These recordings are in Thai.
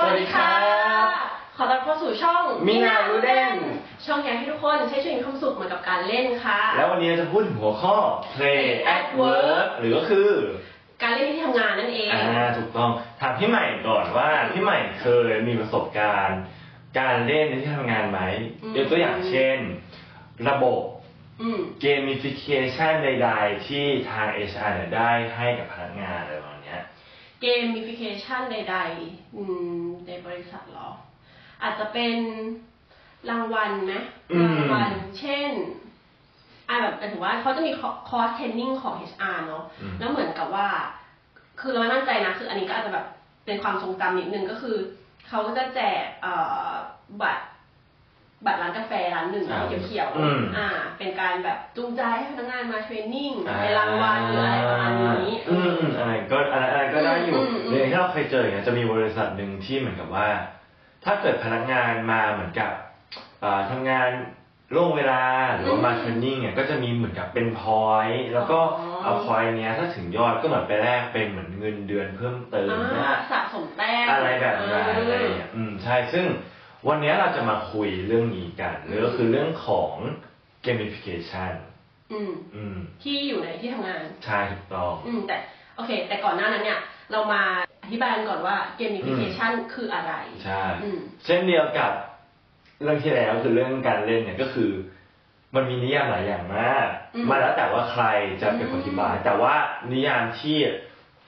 วัสดีครับ ขอต้อนรับเข้าสู่ช่อง มินารู้เล่น ช่องแห่งที่ทุกคนใช้ชีวิตมีความสุขเหมือนกับการเล่นค่ะ แล้ววันนี้เราจะพูดถึงหัวข้อ play at work หรือก็คือ การเล่นที่ทำงานนั่นเอง อ่าถูกต้องถามพี่ใหม่ก่อนว่าพี่ใหม่เคยมีประสบการณ์ การเล่นในที่ทำงานไหม อืม ยกตัวอย่างเช่น ระบบ อืม เกม i ิเคชันใดๆ ที่ทาง HR เนี่ยได้ให้กับพนักงานอะไรประมาณเนี้ย เกมมิฟิเคชันใดๆอืมในบริษัทเหรอ อาจจะเป็นรางวัลไหม อืม รางวัลเช่นอ่าแบบหมายถึงว่าเขาจะมีคอร์สเทรนนิ่งของ HR เนอะ อืม แล้วเหมือนกับว่า คือเราไม่มั่นใจนะ คืออันนี้ก็อาจจะแบบเป็นความทรงจำนิดนึงก็คือ เขาก็จะแจกเอ่อบัตร บัตรร้านกาแฟร้านหนึ่ง อ่า เขียว อืม ๆอ่า เป็นการแบบจูงใจให้พนักงานมาเทรนนิ่งในรางวัลหรืออะไรประมาณนี้ อืมอืมอะไรก็อะไรอะไรก็ได้อยู่ อืมอืมอืม เรื่องที่เราเคยเจออย่างเงี้ยจะมีบริษัทหนึ่งที่เหมือนกับว่า ถ้าเกิดพนักงานมาเหมือนกับเอ่อทำงานล่วงเวลาหรือว่ามา อืม เทรนนิ่งเนี่ยก็จะมีเหมือนกับเป็นพอยต์แล้วก็ อ๋อ เอาพอยต์เนี้ยถ้าถึงยอดก็เหมือนไปแลกเป็นเหมือนเงินเดือนเพิ่มเติมนะ อ่าสะสมแต้ม อะไรแบบนั้นอะไรอย่างเงี้ยอืมใช่ซึ่งวันเนี้ยเราจะมาคุยเรื่องนี้กันเรื่องคือเรื่องของ gamification อืม อืม ที่อยู่ในที่ทำงาน ใช่ถูกต้อง อืมแต่โอเค แต่ก่อนหน้านั้นเนี่ย เรามาอธิบายกันก่อนว่าเกมมิฟิเคชันคืออะไร ใช่ อืม เช่นเดียวกับเรื่องที่แล้วคือเรื่องการเล่นเนี่ยก็คือ มันมีนิยามหลายอย่างมาก อืม มาแล้วแต่ว่าใครจะเป็นคนอธิบาย อืม แต่ว่านิยามที่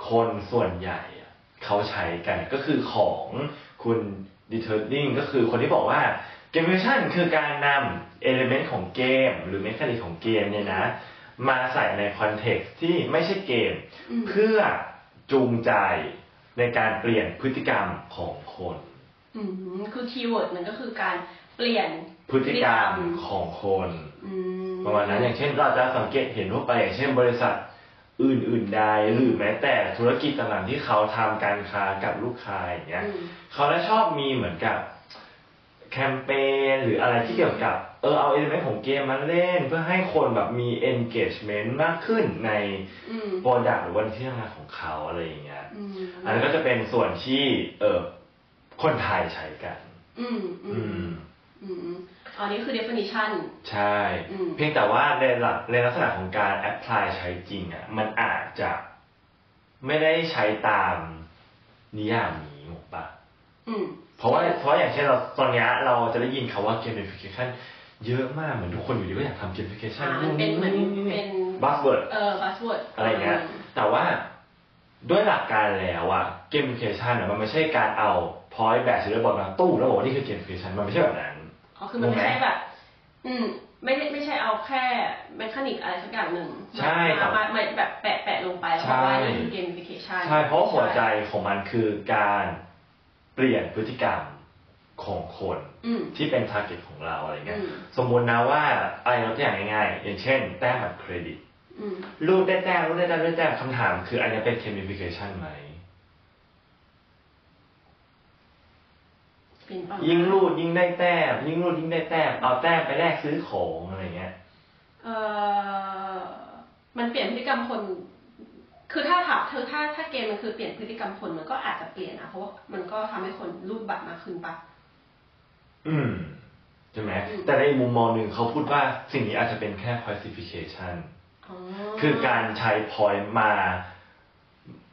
คนส่วนใหญ่อะเขาใช้กันก็คือของคุณดีเทอร์ดิงก็คือคนที่บอกว่าเกม i ิชันคือการนำเอลิเมนต์ของเกม หรือเมคานิกของเกมเนี่ยนะ มาใส่ในคอนเท็กซ์ที่ไม่ใช่เกม อืม เพื่อจูงใจในการเปลี่ยนพฤติกรรมของคน อืมคือคีย์เวิร์ดมันก็คือการเปลี่ยน พฤติกรรมของคน อืม ประมาณนั้นอย่างเช่นเราจะสังเกตเห็นทั่วไปอย่างเช่นบริษัทอื่นๆใดหรือแม้แต่ธุรกิจต่างๆที่เขาทำการค้ากับลูกค้าอย่างเงี้ย อืม เขาจะชอบมีเหมือนกับแคมเปญหรืออะไรที่เกี่ยวกับเออเอาเอลเมนต์ของเกมมาเล่น เพื่อให้คนแบบมี engagement มากขึ้นใน อืม โปรดักต์หรือวันที่ทำงานของเขาอะไรอย่างเงี้ย อืม อันนั้นก็จะเป็นส่วนที่เออคนไทยใช้กัน อืมอื อื ม ม อืมอันนี้คือ definition ใช่ อืม เพียงแต่ว่าในหลักในลักษณะของการแอ p พลายใช้จริงอ่ะมันอาจจะไม่ได้ใช้ตามนิยามนี้ถูกปะ อืม เพราะว่าเพราะอย่างเช่นเราตอนเนี้ยเราจะได้ยินคำว่า gamification เยอะมากเหมือนทุกคนอยู่ดีก็อยากทำ gamification อ่ามันเป็นเหมือนเป็น บัสเวิร์ด เอ่อ buzzword อะไรเงี้ยแต่ว่าด้วยหลักการแล้วอะ gamification อะมันไม่ใช่การเอา point แบบศิลปะมาตู้แล้วบอกว่านี่คือ gamification มันไม่ใช่แบบนั้น อ๋อคือมันไม่ใช่แบบ อืม ไม่ได้ไม่ใช่เอาแค่แมคานิกอะไรสักอย่างหนึ่ง ใช่ครั มา บ มามาแบบแปะแปะลงไปแล้ว ใช่ บอกว่านี่คือ gamification ใช่เพราะหัวใจของมันคือการเปลี่ยนพฤติกรรมของคน อืม ที่เป็นทาร์เก็ตของเราอะไรเงี้ย อืม สมมตินะว่าอะไรยกตัวอย่างง่ายๆอย่างเช่น แต้มบัตรเครดิต อืม รูดได้แต้มรูดได้แต้มรูดได้แต้มคำถามคืออันนี้เป็นเคมีฟิเคชันไหม เป็นเปล่า ยิ่งรูดยิ่งได้แต้มยิ่งรูดยิ่งได้แต้มเอาแต้มไปแลกซื้อของอะไรเงี้ย เอ่อ มันเปลี่ยนพฤติกรรมคน คือถ้าถามเธอถ้าถ้าเกมมันคือเปลี่ยนพฤติกรรมคนมันก็อาจจะเปลี่ยนนะเพราะว่ามันก็ทำให้คนรูปบัตรมากขึ้นปะ อืมใช่ไหม อืม แต่ในมุมมองหนึ่งเขาพูดว่าสิ่งนี้อาจจะเป็นแค่ classification อ๋อ คือการใช้ point มา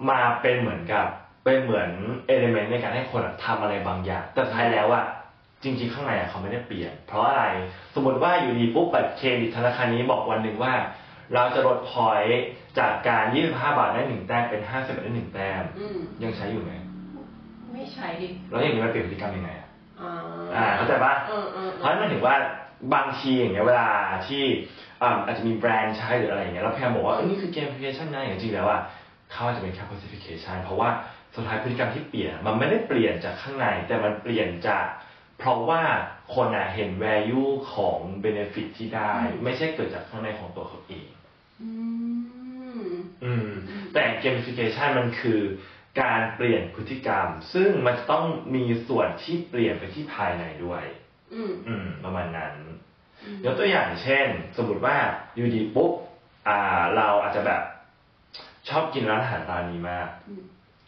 มาเป็นเหมือนกับ เป็นเหมือนเอลิเมนต์ในการให้คนอะทำอะไรบางอย่าง แต่สุดท้ายแล้วอะจริง ๆ ข้างในอะเขาไม่ได้เปลี่ยน เพราะอะไร สมมติว่าอยู่ดีปุ๊บบัตรเครดิตธนาคารนี้บอกวันหนึ่งว่า เราจะลด point จากการ 25 บาทได้หนึ่งแต้มเป็น 50 บาทได้หนึ่งแต้ม อืม ยังใช้อยู่ไหม ไม่ใช่ดิ แล้วอย่างนี้มันเปลี่ยนพฤติกรรมยังไงอะ อ่า อ่าเข้าใจปะ เออเออ เพ เอ ราะ อ ฉะนั้นมันถึงว่าบางทีอย่างเงี้ยเวลาที่อ่าอาจจะมีแบรนด์ใช้หรืออะไรอย่างเงี้ยแล้วแพมบอกว่าเอ้ยนี่คือเกมพลิเคชันนะอย่างจริงแล้วอ่ะเขาอาจจะเป็นแค่ classification เพราะว่าสุดท้ายพฤติกรรมที่เปลี่ยน มันไม่ได้เปลี่ยนจากข้างใน แต่มันเปลี่ยนจาก เพราะว่าคนอ่ะเห็น value ของ benefit ที่ได้ ไม่ใช่เกิดจากข้างในของตัวเขาเอง อืม อืมแต่ gamification มันคือการเปลี่ยนพฤติกรรม ซึ่งมันจะต้องมีส่วนที่เปลี่ยนไปที่ภายในด้วย อืม อืมประมาณนั้น อืม ยกตัวอย่างเช่น สมมติว่าอยู่ดีปุ๊บอ่า เราอาจจะแบบชอบกินร้านอาหารร้านนี้มาก อืม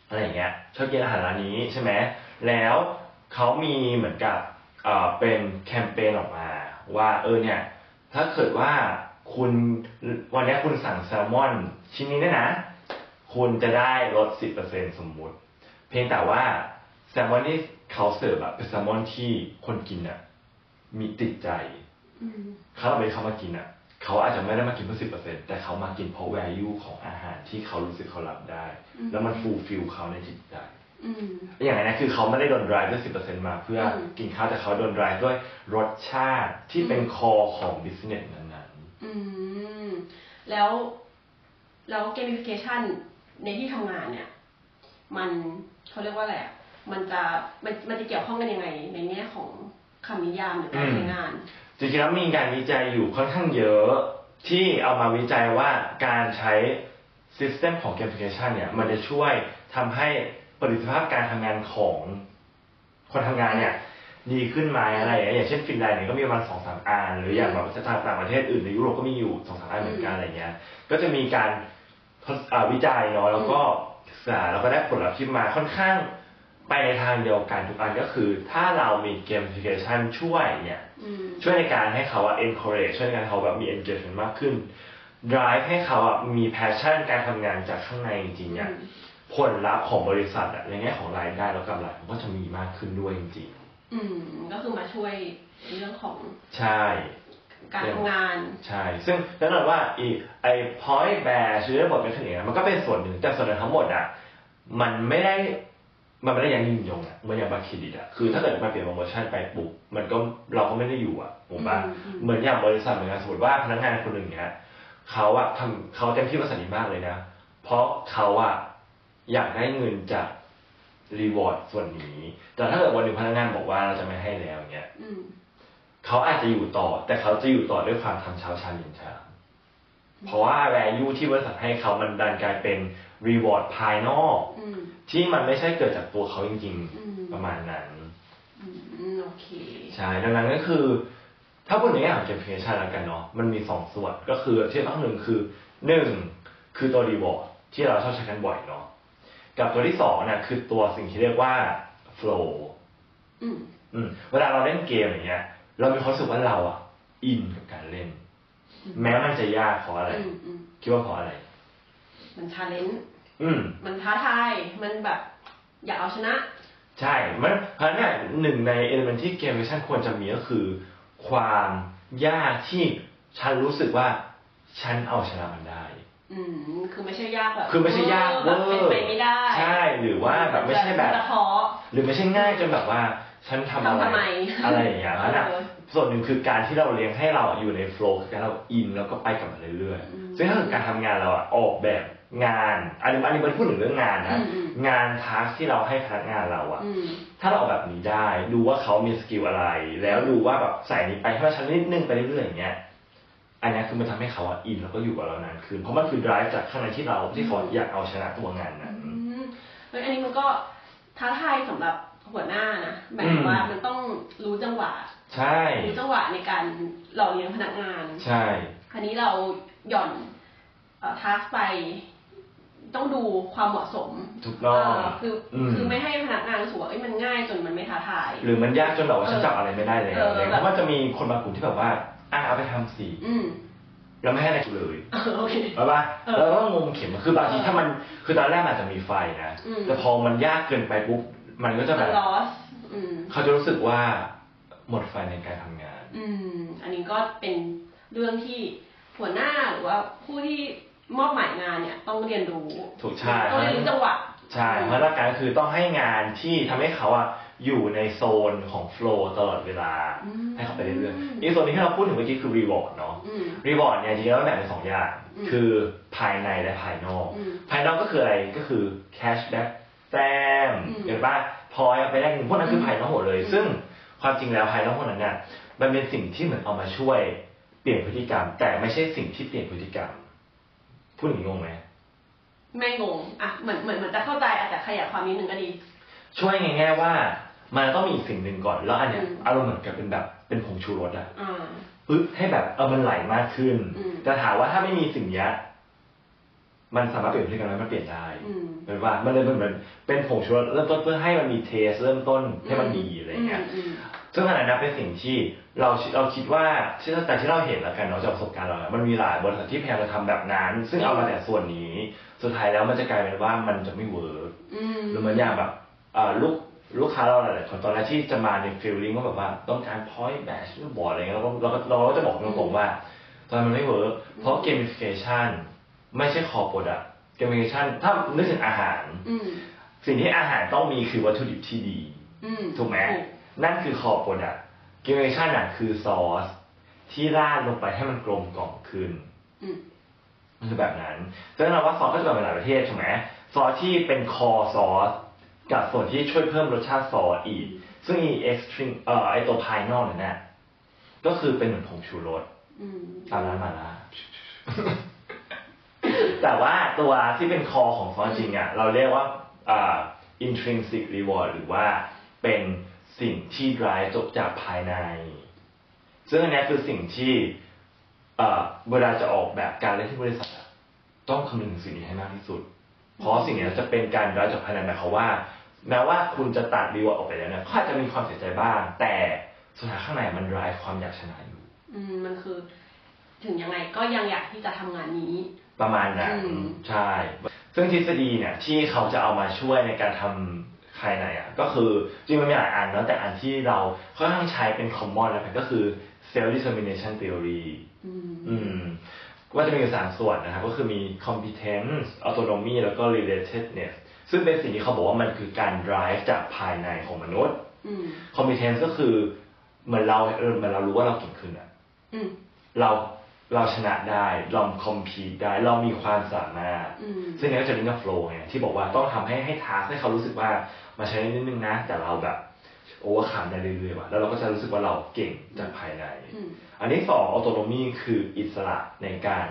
อะไรอย่างเงี้ยชอบกินอาหารร้านนี้ใช่ไหม แล้วเขามีเหมือนกับเอ่อเป็นแคมเปญออกมา ว่าเออเนี่ย ถ้าเกิดว่าคุณวันนี้คุณสั่งแซลมอนชิ้นนี้เนี่ยนะ คุณจะได้ลด 10%สมมุติ เพียงแต่ว่าแซลมอนที่เขาเสิร์ฟอะเป็นแซลมอนที่คนกินอะมีติดใจ อืม เขาเอาไปเขามากินอ่ะ เขาอาจจะไม่ได้มากินเพื่อสิบเปอร์เซ็นต์แต่เขามากินเพราะ value ของอาหารที่เขารู้สึกเขารับได้ แล้วมัน fulfill เขาในจิตใจ อืม อย่างไรนะคือเขาไม่ได้โดน drive ด้วยสิบเปอร์เซ็นต์มาเพื่ออ ม กินข้าวแต่เขาโดน drive ด้วยรสชาติที่เป็น core ของ business นั้น อืม แล้วแล้ว gamification ในที่ทำงานเนี่ย มันเขาเรียกว่าอะไรอะมันจะมันมันจะเกี่ยวข้องกันยังไง ในแง่ของคำนิยามหรือการใช้งาน ๆ จริงๆแล้วมีการวิจัยอยู่ค่อนข้างเยอะที่เอามาวิจัยว่าการใช้ system ของ gamification เนี่ย มันจะช่วยทำให้ประสิทธิภาพการทำงานของ คนทำงานเนี่ยดีขึ้นไหมอะไรอย่างเงี้ยอย่างเช่นฟินแลนด์เนี่ยก็มีประมาณสองสามอันหรืออย่างแบบต่างต่างประเทศอื่นในยุโรปก็มีอยู่สองสามอันเหมือนกันอะไรเงี้ย ก็จะมีการทดอ่าวิจัยเนาะแล้วก็ศึกษาแล้วก็ได้ผลลัพธ์ที่มาค่อนข้างไปในทางเดียวกันทุกอันก็คือ ถ้าเรามีเกมพลิเคชันช่วยเนี่ย อืม ช่วยในการให้เขาอะ encourage ช่วยในการให้เขาแบบมี engagement มากขึ้น drive ให้เขาอะมี passion การทำงานจากข้างในจริงๆเนี่ย อืม ผลลัพธ์ของบริษัทอะในแง่ของรายได้แล้วกำไรมันก็จะมีมากขึ้นด้วยจริง อืม ก็คือมาช่วยในเรื่องของ ๆ ใช่ การทำงาน ใช่ ซึ่งแน่นอนว่าอีไอ้ point bear ชื่อบทเป็นขนงมันก็เป็นส่วนหนึ่ง แต่ส่วนทั้งหมดอ่ะ มันไม่ได้ มันไม่ได้อยังยินยงอ่ะมันอยังบัตรเครดิตอ่ะ คือถ้าเกิดมันเปลี่ยนโปรโมชั่นไปปุ๊บ มันก็เราก็ไม่ได้อยู่อ่ะผมว่า อืมอืม เหมือนอย่างบริษัทเหมือนกันสมมติว่าพนักงานคนหนึ่งเนี้ยเขาอ่ะทำเขาเต็มที่บริษัทนี้มากเลยนะ เพราะเขาอ่ะอยากได้เงินจากรีวอร์ดส่วนนี้ แต่ถ้าเกิดวันหนึ่งพนักงานบอกว่าเราจะไม่ให้แล้วเนี้ย อืม เขาอาจจะอยู่ต่อ แต่เขาจะอยู่ต่อด้วยความทำเช้าชามเย็นชามเพราะว่า value ที่บริษัทให้เขามันดันกลายเป็น reward ภายนอก อืม ที่มันไม่ใช่เกิดจากตัวเขาจริง อืม ๆ ประมาณนั้น อืม โอเค ใช่ ดังนั้นก็คือ ถ้าพูดในแง่ของ gamification แล้วกันเนาะ มันมีสองส่วน ก็คือที่ต้องหนึ่งคือหนึ่งคือตัว reward ที่เราชอบใช้กันบ่อยเนาะ กับตัวที่สองน่ะคือตัวสิ่งที่เรียกว่า flow อืม อืมเวลาเราเล่นเกมอย่างเงี้ย เรามีความรู้สึกว่าเราอ่ะ อินกับการเล่น อืม แม้มันจะยากเพราะอะไร อืมอืม คิดว่าเพราะอะไร มันชาเลนจ์ อืม มันท้าทาย มันแบบ อยากเอาชนะ ใช่มันเพราะฉะนั้นเนี่ยหนึ่งในเอลิเมนที่เกมเวอร์ชันควรจะมีก็คือ ความยากที่ฉันรู้สึกว่าฉันเอาชนะมันได้ อืม คือไม่ใช่ยากแบบ คือไม่ใช่ยาก เว เว อ อ ร์แบบเป็น ร์ ไปไม่ได้ ใช่ หรือว่าแบบไม่ใช่แบบ กระท้อ หรือไม่ใช่ง่ายจนแบบว่าฉันทำอะไร ทำทำไม อะไรอย่างเงี้ยนะ เออ ส่วนหนึ่งคือการที่เราเลี้ยงให้เราอะอยู่ในโฟล์คือการเราอินแล้วก็ไปกับมันเรื่อย อืม ๆซึ่งถ้าเกิดการทำงานเราอะออกแบบงานอันนี้อันนี้มันพูดถึงเรื่องงานนะ อืมอืม งานทาร์กที่เราให้พนักงานเราอะ อืม ถ้าเราออกแบบนี้ได้ดูว่าเขามีสกิลอะไร แล้วดูว่าแบบใส่นี้ไปให้มันชันนิดนึงไปเรื่อยๆอย่างเงี้ยอันเนี้ยคือมันทำให้เขาอะอินแล้วก็อยู่กับเรานานขึ้นเพราะมันคือ drive จากข้างในที่เราที่เขาอยากเอาชนะตัวงานนั้น อืมเฮ้ยอันนี้มันก็ท้าทายสำหรับหัวหน้านะหมายถึงว่า อืม มันต้องรู้จังหวะ ใช่ รู้จังหวะในการหล่อเลี้ยงพนักงาน ใช่ คราวนี้เราหย่อนทาร์กไป ต้องดูความเหมาะสม ถูกต้อง าคืออ ม คือไม่ให้พนักงานรู้สึกว่าเอ้ยมันง่ายจนมันไม่ท้าทาย หรือมันยากจนแบบว่าฉันจับอะไรไม่ได้เลย เออ อะไรเงี้ย แบบเพราะว่าจะมีคนบางกลุ่มที่แบบว่าอ่ะเอาไปทำสิ อืม แล้วไม่ให้อะไรกูเลย เออโอเค ใช่ปะ เออ แล้วก็งงเข็มคือบางที เออ ถ้ามันคือตอนแรกมันอาจจะมีไฟนะ อืม แต่พอมันยากเกินไปปุ๊บมันก็จะแบ มัน บ ลอสอืม เขาจะรู้สึกว่าหมดไฟในการทำงาน อืม อันนี้ก็เป็นเรื่องที่หัวหน้าหรือว่าผู้ที่มอบหมายงานเนี่ย ต้องเรียนรู้ ถูกใช่ ต้องเรียนรู้จังหวะ ใช่เพราะหลักการก็คือต้องให้งานที่ทำให้เขาอะอยู่ในโซนของโฟลว์ตลอดเวลา อืม ให้เขาไปเรื่อยๆอีกส่วนหนึงที่เราพูดถึงเมื่อกี้คือรีวอร์ดเนาะ อืม รีวอร์ดเนี่ยจริงๆแล้วแบ่งเป็นสองอย่าง อืม คือภายในและภายนอก อืม ภายนอกก็คืออะไรก็คือแคชแบ็กแต้ม อืม เห็นปะพอยเอาไปได้หนึ่งพวกนั้นคือภายนอกหมดเลย อืม ซึ่งความจริงแล้วภายนอกพวกนั้นเนี่ยมันเป็นสิ่งที่เหมือนเอามาช่วยเปลี่ยนพฤติกรรม แต่ไม่ใช่สิ่งที่เปลี่ยนพฤติกรรมพูดอย่างนี้งงไหม ไม่งง อ่ะ เหมือน เหมือนเหมือนจะเข้าใจอาจจะขยายความนิดนึงก็ดี ช่วยง่ายๆว่า มันต้องมีอีกสิ่งหนึ่งก่อนแล้วอันเนี้ย อืม อารมณ์เหมือนกับเป็นแบบเป็นผงชูรสอะ อ่า ปึ๊บให้แบบเออมันไหลมากขึ้น อืม แต่ถามว่าถ้าไม่มีสิ่งเนี้ย มันสามารถเปลี่ยนพฤติกรรมนั้นมันเปลี่ยนได้ อืม เหมือนว่ามันเลยเป็นเหมือนเป็นผงชูรสเริ่มต้นเพื่อให้มันมีเทสเริ่มต้นให้มันดีอะไรอย่างเงี้ย อืม ซึ่งขนาดนั้นเป็นสิ่งที่เราเราคิดว่าที่แต่ที่เราเห็นแล้วกันเนาะจากประสบการณ์เราอะมันมีหลายบริษัทที่พยายามจะทำแบบนั้น ซึ่งเอามาแต่ส่วนนี้ สุดท้ายแล้วมันจะกลายเป็นว่ามันจะไม่เวิร์ก อืม หรือมันอย่างแบบเอ่อลูกลูกค้าเราหลายๆคนตอนแรกที่จะมาในฟีลลิ่งว่าแบบว่าต้องการ point batch หรือบอร์ดอะไรเงี้ยเราก็เราก็เราก็จะบอกตรงๆว่า ตอนนนมันไม่เวิร์กเพราะ gamification ไม่ใช่ core product gamification ถ้านึกถึงอาหาร อืม สิ่งที่อาหารต้องมีคือวัตถุดิบที่ดี อืม ถูกไหมนั่นคือคอโปรดักต์กิเลชันอ่ะคือซอส ที่ราดลงไปให้มันกลมกล่อมขึ้น อืม มันคือแบบนั้นซึ่งเราว่าซอสก็จะแบ่งเป็นหลายประเภทใช่ไหมซอสที่เป็นคอซอส กับส่วนที่ช่วยเพิ่มรสชาติซอสอีก ซึ่งอีเอ็กซ์ตรีมเอ่อไอตัวภายนอกนั่นน่ะก็คือเป็นเหมือนผงชูรส อืม ตามร้านมาล่า แต่ว่าตัวที่เป็นคอของซอสจริงอ่ะ เราเรียกว่าอ่า intrinsic reward หรือว่าเป็นสิ่งที่ drive จบจากภายใน ซึ่งอันเนี้ยคือสิ่งที่เอ่อเวลาจะออกแบบการเล่นที่บริษัทอะต้องคำนึงถึงสิ่งนี้ให้มากที่สุด เพราะสิ่งเนี้ยจะเป็นการ drive จากภายในหมายความว่าแม้ว่าคุณจะตัด reward ออกไปแล้วเนี่ยก็อาจจะมีความเสียใจบ้าง แต่สุดท้ายข้างในมัน drive ความอยากชนะอยู่ อืมมันคือ ถึงยังไงก็ยังอยากที่จะทำงานนี้ ประมาณนั้น อืม ใช่ ซึ่งทฤษฎีเนี่ยที่เขาจะเอามาช่วยในการทำภายในอ่ะก็คือจริงมันมีหลายอันเนอะแต่อันที่เราค่อนข้างใช้เป็น common แล้วกันก็คือ self determination theory อืม อืมว่าจะมีอยู่สามส่วนนะครับ ก็คือมี competence autonomy แล้วก็ relatedness ซึ่งเป็นสิ่งที่เขาบอกว่ามันคือการ drive จากภายในของมนุษย์ อืม competence ก็คือเหมือนเราเออเหมือนเรารู้ว่าเราเก่งขึ้นอ่ะ อืม เราเราชนะได้เราคอมพีตได้เรามีความสามารถ อืม ซึ่งเนี่ยก็จะลิงก์กับโฟล์ไงที่บอกว่าต้องทำให้ให้ทาร์กให้เขารู้สึกว่ามาใช้นิดนึงนะ แต่เราแบบโอเวอร์คัมได้เรื่อยๆว่ะแล้วเราก็จะรู้สึกว่าเราเก่งจากภายใน อืม อันที่สองออโตโนมีคืออิสระในการ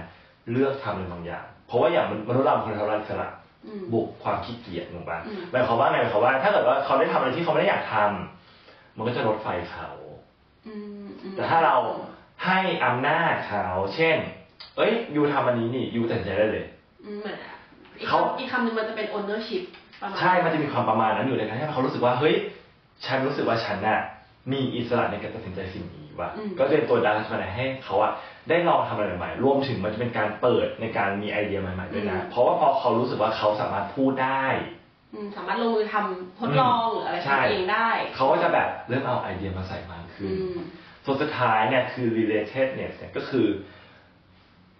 เลือกทำอะไรบางอย่าง เพราะว่าอย่างมนุษย์เราเป็นคนทำอิสระ อืม บวกความขี้เกียจลงไป อืม หมายความว่าไงหมายความว่า ถ้าเกิดว่าเขาได้ทำอะไรที่เขาไม่ได้อยากทำมันก็จะลดไฟเขา อืมอืม แต่ถ้าเราให้อำนาจเขา เช่น เอ้ยยูทำอันนี้นี่ยูตัดสินใจได้เลย อืมเหมือนอะอีก เขา คำอีกคำหนึ่งมันจะเป็น ownership ประมาณ ใช่ มันจะมีความประมาณนั้นอยู่ในการให้เขารู้สึกว่า เฮ้ย ฉันรู้สึกว่าฉันน่ะ มีอิสระในการตัดสินใจสิ่งนี้ว่ะ ก็จะเป็นตัวดันมาให้เขาอะได้ลองทำอะไรใหม่ๆ รวมถึงมันจะเป็นการเปิดในการมีไอเดียใหม่ๆด้วยนะ เพราะว่าพอเขารู้สึกว่าเขาสามารถพูดได้ อืมสามารถลงมือทำทดลองหรืออะไร ใช่ ทำเองได้ เขาก็จะแบบเริ่มเอาไอเดียมาใส่มากขึ้ อื น ม ส่วนสุดท้ายเนี่ยคือ relatedness เนี่ยก็คือ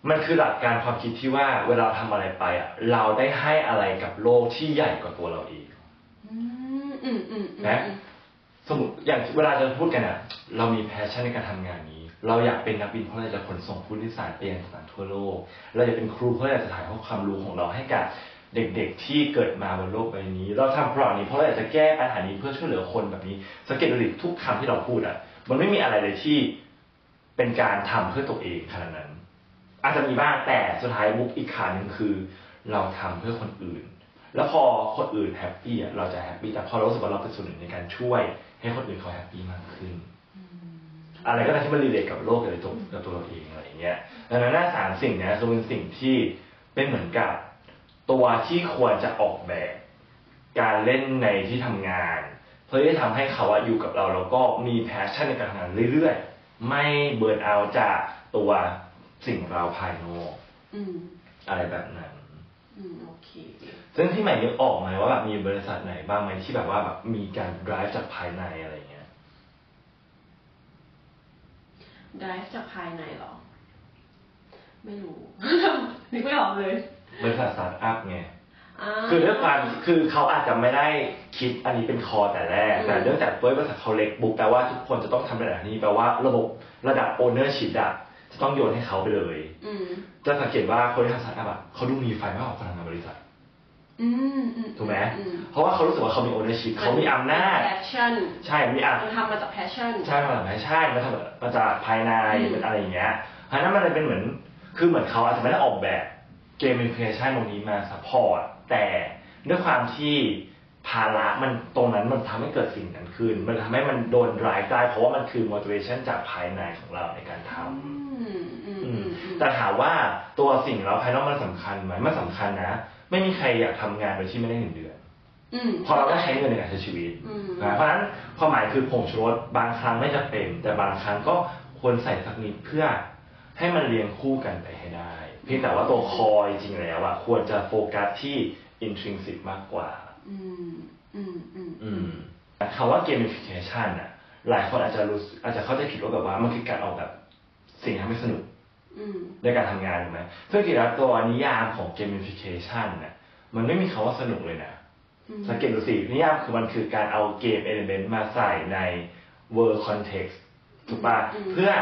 มันคือหลักการความคิดที่ว่าเวลาทำอะไรไปอ่ะเราได้ให้อะไรกับโลกที่ใหญ่กว่าตัวเราเอง อืมอืมอืมอืม นะสมมติอย่างเวลาจะพูดกันอ่ะ เรามีแพชชั่นในการทำงานนี้ เราอยากเป็นนักบินเพราะเราจะขนส่งผู้โดยสารไปยังสถานทั่วโลก เราอยากเป็นครูเพราะเราอยากจะถ่ายทอดความรู้ของเราให้กับเด็กๆที่เกิดมาบนโลกใบนี้ เราทำเพราะนี้เพราะเราอยากจะแก้ปัญหานี้เพื่อช่วยเหลือคนแบบนี้สังเกตดูดิทุกคำที่เราพูดอ่ะ มันไม่มีอะไรเลยที่ เป็นการทำเพื่อตัวเองขนาดนั้น อาจจะมีบ้างแต่สุดท้ายมุกอีกขาหนึ่งคือ เราทำเพื่อคนอื่น แล้วพอคนอื่นแฮปปี้อะเราจะแฮปปี้แต่พอเรารู้สึกว่าเราเป็นส่วนหนึ่งในการช่วย ให้คนอื่นเขาแฮปปี้มากขึ้น อะไรก็ได้ที่มันรีเลทกับโลกกับตัวกับตัวเราเองอะไรอย่างเงี้ยดังนั้นหน้าสามสิ่งเนี้ยคือเป็นสิ่งที่เป็นเหมือนกับตัวที่ควรจะออกแบบ การเล่นในที่ทำงาน เพื่อที่จะทำให้เขาอะอยู่กับเราแล้วก็มีแพชชั่นในการทำงานเรื่อยๆ ไม่เบิร์นเอาท์จากตัวสิ่งเราภายนอก อืม อะไรแบบนั้น อืมโอเค ซึ่งที่ใหม่นึกออกไหมว่าแบบมีบริษัทไหนบ้างไหมที่แบบว่าแบบมีการ drive จากภายในอะไรอย่างเงี้ย drive จากภายในเหรอ ไม่รู้ นึกไม่ออกเลย บริษัทสตาร์ทอัพไง า คือเรื่องการคือเขาอาจจะไม่ได้คิดอันนี้เป็นคอแต่แรก อืม แต่เนื่องจากด้วยบริษัทเขาเล็กบุ๊กแปลว่าทุกคนจะต้องทำระดับนี้แปลว่าระบบระดับโอเนอร์ชิพอะจะต้องโยนให้เขาไปเลย อืม จะสังเกตว่าคนที่ทำสตาร์ทอัพอะเขาดูมีไฟมากกว่าคนทำงานบริษัท อืมอื ถูกไหม อื เพราะว่าเขารู้สึกว่าเขามีโอเนอร์ชิพเขามีอำนาจ แพชชั่น ใช่มีอำ มันทำมาจาก passion ใช่มาจากไหนใช่มาจากมาจากภายใน อืม เป็นอะไรอย่างเงี้ยเพราะฉะนั้นมันเลยเป็นเหมือน คือเหมือนเขาอาจจะไม่ได้ออกแบบเกมเป็นครีเอชันตรงนี้มาซัพพอร์ต แต่ด้วยความที่ภาระมันตรงนั้นมันทำให้เกิดสิ่งนั้นขึ้น มันทำให้มันโดนรายได้เพราะว่ามันคือ motivation จากภายในของเราในการอทำืมอืม อื อื ม มอืม แต่ถามว่าตัวสิ่งเราภายนอกมันสำคัญไหมมันสำคัญนะ ไม่มีใครอยากทำงานโดยที่ไม่ได้เงินเดือน อืม พอเราต้องใช้เงินในการใช้ชีวิต อืม นะเพราะฉะนั้นความหมายคือผงชูรสบางครั้งไม่จะเป็น แต่บางครั้งก็ควรใส่สักนิดเพื่อให้มันเรียงคู่กันไปให้ได้ เพียงแต่ว่าตัวคอจริงๆแล้วอะควรจะโฟกัสที่ intrinsic มากกว่า อืมอืมอืม อืมคำว่า gamification อะหลายคนอาจจะรู้สึกอาจจะเข้าใจผิดว่าแบบว่ามันคือการออกแบบสิ่งที่ทำให้สนุก อืม ในการทำงานถูกไหมซึ่งจริงๆแล้วตัวนิยามของ gamification น่ะมันไม่มีคำว่าสนุกเลยนะ อืม สังเกตดูสินิยามคือมันคือการเอาเกม element มาใส่ใน world context ถูกปะเพื่อ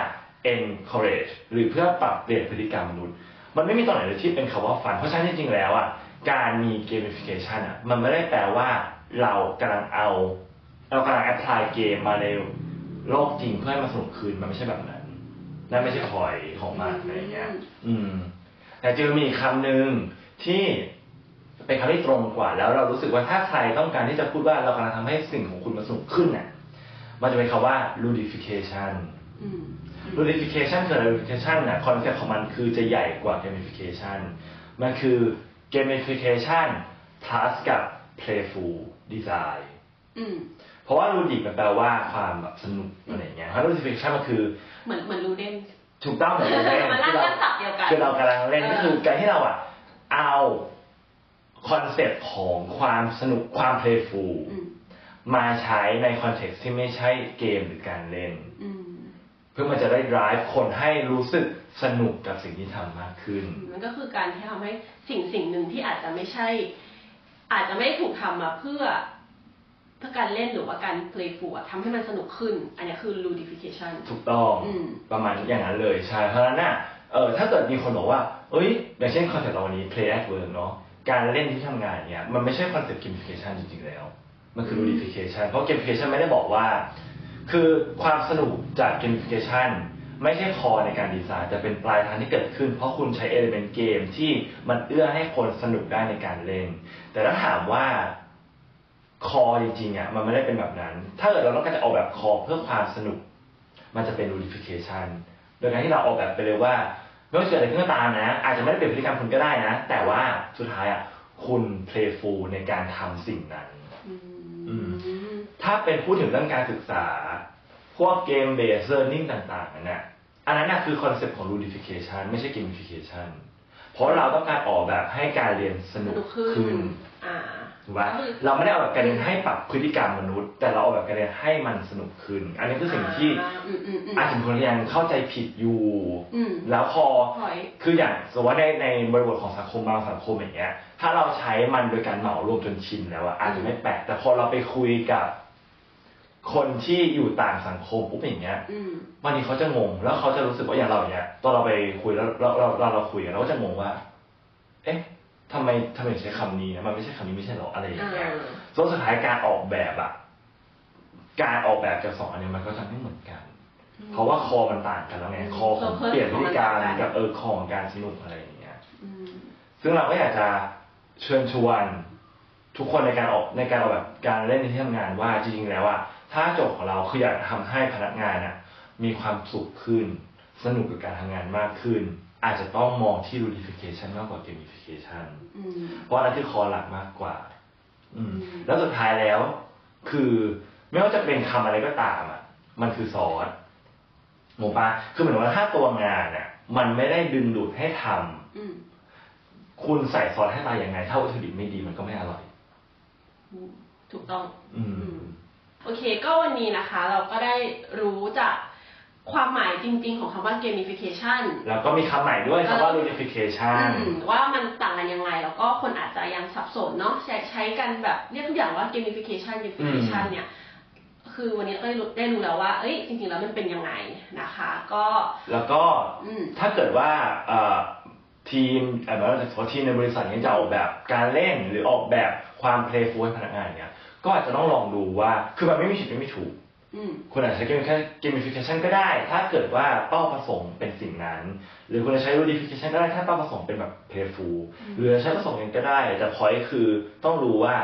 encourage หรือเพื่อปรับเปลี่ยนพฤติกรรมมนุษย์ มันไม่มีตรงไหนเลยที่เป็นคำว่าฟัน เพราะฉะนั้นจริงๆแล้วอ่ะการมี gamification อ่ะมันไม่ได้แปลว่าเรากำลังเอาเรากำลัง apply เกมมาในโลกจริงเพื่อให้มันสนุกขึ้นมันไม่ใช่แบบนั้นนั่นไม่ใช่พอยของมันอะไรอย่างเงี้ย อืม แต่เจอมีอีกคำหนึ่งที่เป็นคำที่ตรงกว่า แล้วเรารู้สึกว่าถ้าใครต้องการที่จะพูดว่าเรากำลังทำให้สิ่งของคุณมันสนุกขึ้นน่ะ มันจะเป็นคำว่า ludification อืม ludification คืออะไร ludification น่ะคอนเซ็ปต์ของมันคือจะใหญ่กว่า gamification มันคือ gamification plus กับ playful design อืม เพราะว่า ludic มันแปลว่าความแบบสนุกอะไรอย่างเงี้ยเพราะ ludification มันคือ เหมือนเหมือนรูเดน ถูกต้องเหมือนเราเล่น มันน่าจะสับเดียวกัน คือเรากำลังเล่น เออ ก็คือการที่เราอ่ะเอาคอนเซปต์ของความสนุกความเพลย์ฟูล อืม มาใช้ในคอนเทกซ์ที่ไม่ใช่เกมหรือการเล่น อืม เพื่อมันจะได้ drive คนให้รู้สึกสนุกกับสิ่งที่ทำมากขึ้น มันก็คือการที่ทำให้สิ่งสิ่งหนึ่งที่อาจจะไม่ใช่ อาจจะไม่ได้ถูกทำมาเพื่อ เพื่อการเล่นหรือว่าการ playful อะทำให้มันสนุกขึ้น อันเนี้ยคือ ludification ถูกต้อง อืม ประมาณอย่างนั้นเลยใช่เพราะฉะนั้นน่ะเออถ้าเกิดมีคนบอกว่า เอ้ยอย่างเช่นคอนเซ็ปต์เราวันนี้ play at work เนาะการเล่นที่ทำงานเนี่ยมันไม่ใช่คอนเซ็ปต์ gamification จริงๆแล้ว มันคือ ludification เพราะ gamification ไม่ได้บอกว่า คือความสนุกจาก gamification ไม่ใช่คอในการดีไซน์แต่เป็นปลายทางที่เกิดขึ้น เพราะคุณใช้ element เกมที่มันเอื้อให้คนสนุกได้ในการเล่น แต่ถ้าถามว่า คอจริงๆอ่ะมันไม่ได้เป็นแบบนั้น ถ้าเกิดเราต้องการจะออกแบบคอเพื่อความสนุก มันจะเป็น ludification โดยการที่เราออกแบบไปเลยว่าไม่ว่าจะเกิดอะไรขึ้นก็ตามนะ อาจจะไม่ได้เปลี่ยนพฤติกรรมคุณก็ได้นะ แต่ว่าสุดท้ายอ่ะคุณ playful ในการทำสิ่งนั้น อื อื ม ถ้าเป็นพูดถึงเรื่องการศึกษา พวกเกมเบสเลอร์นิ่งต่างๆนั่นน่ะอันนั้นน่ะคือคอนเซ็ปต์ของ ludification ไม่ใช่ gamification เพราะเราต้องการออกแบบให้การเรียนส ส นุ นุ ก กขึ้ ขึ้ น น อ่า ถูกปะเราไม่ได้เอาแบบการเรียนให้ปรับพฤติกรรมมนุษย์ แต่เราเอาแบบการเรียนให้มันสนุกขึ้น อันนี้คือสิ่งที่ อ่าอืมอืมอืม อาจจะมีคนยังเข้าใจผิดอยู่ อืม แล้วพอ Point คืออย่างสมมติว่าในในบริบทของสังคมบางสังคมอย่างเงี้ย ถ้าเราใช้มันโดยการเหมารวมจนชินแล้วอะอาจจะไม่แปลก แต่พอเราไปคุยกับ คนที่อยู่ต่างสังคมปุ๊บอย่างเงี้ย อืม วันนี้เขาจะงง แล้วเขาจะรู้สึกว่าอย่างเราอย่างเนี้ยตอนเราไปคุยแล้วเราเราเราเราคุยกันเราก็จะงงว่า เอ๊ะทำไมทำไมถึงใช้คำนี้นะมันไม่ใช่คำนี้ไม่ใช่หรออะไรอย่างเงี้ย อ่า ส่วนสุดท้ายการออกแบบอะการออกแบบจากสองอันเนี้ยมันก็จะไม่เหมือนกัน เพราะว่าคอมันต่างกันแล้วไงคอของเปลี่ยนพฤติการกับเออคอของการสนุกอะไรอย่างเงี้ย อืม ซึ่งเราก็อยากจะเชิญชวนทุกคนในการออกในการออกแบบการเล่นในที่ทำงานว่าจริงๆแล้วอะถ้าโจทย์ของเราคืออยากทำให้พนักงานอะมีความสุขขึ้น สนุกกับการทำงานมากขึ้น อาจจะต้องมองที่ ludification มากกว่า gamification อืม เพราะอันนั้นคือคอหลักมากกว่า อืม อืม แล้วสุดท้ายแล้ว คือไม่ว่าจะเป็นคำอะไรก็ตามอ่ะ มันคือซอสหมูปลาคือเหมือนว่าถ้าตัวงานอ่ะ มันไม่ได้ดึงดูดให้ทำ อืม คุณใส่ซอสให้ตายยังไง ถ้าวัตถุดิบไม่ดีมันก็ไม่อร่อย อืมถูกต้อง อืม โอเค ก็วันนี้นะคะ เราก็ได้รู้จากความหมายจริง ๆ ของคำว่า gamification แล้วก็มีคำใหม่ด้วยคำว่า ludification อืมว่ามันต่างกันยังไง แล้วก็คนอาจจะยังสับสนเนาะใช้ใช้กันแบบเรียกทุกอย่างว่า gamification gamification อืม เนี่ย คือวันนี้เราก็ได้รู้ได้รู้แล้วว่า เอ้ย จริง ๆ แล้วมันเป็นยังไงนะคะ ก็ แล้วก็ อืม ถ้าเกิดว่าเอ่อทีมเอ่อหมายว่าจะทีมในบริษัทเนี้จะออกแบบการเล่นหรือออกแบบความ playful ให้พนักงานเนี่ย ก็อาจจะต้องลองดูว่า คือมันไม่มีผิดไม่มีถูก อืม คุณอาจจะใช้ gamification- gamification ก็ได้ ถ้าเกิดว่าเป้าประสงค์เป็นสิ่งนั้น หรือคุณจะใช้ ludification ก็ได้ถ้าเป้าประสงค์เป็นแบบ playful หรือจะใช้ประสงค์เองก็ได้ แต่ point คือต้องรู้ว่า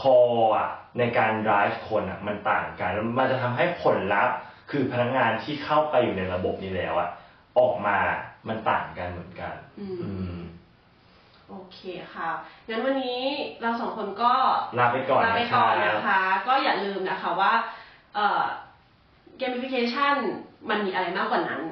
core อะในการ drive คนอะมันต่างกันแล้วมันจะทำให้ผลลัพธ์ คือพนักงานที่เข้าไปอยู่ในระบบนี้แล้วอะออกมา มันต่างกันเหมือนกัน อืม อืม โอเคค่ะงั้นวันนี้เราสองคนก็ ลาไปก่อน ลาไป นะค ก่ รั อน บ นะคะ ก็อย่าลืมนะคะว่าเอ่อ gamification มันมีอะไรมากกว่านั้น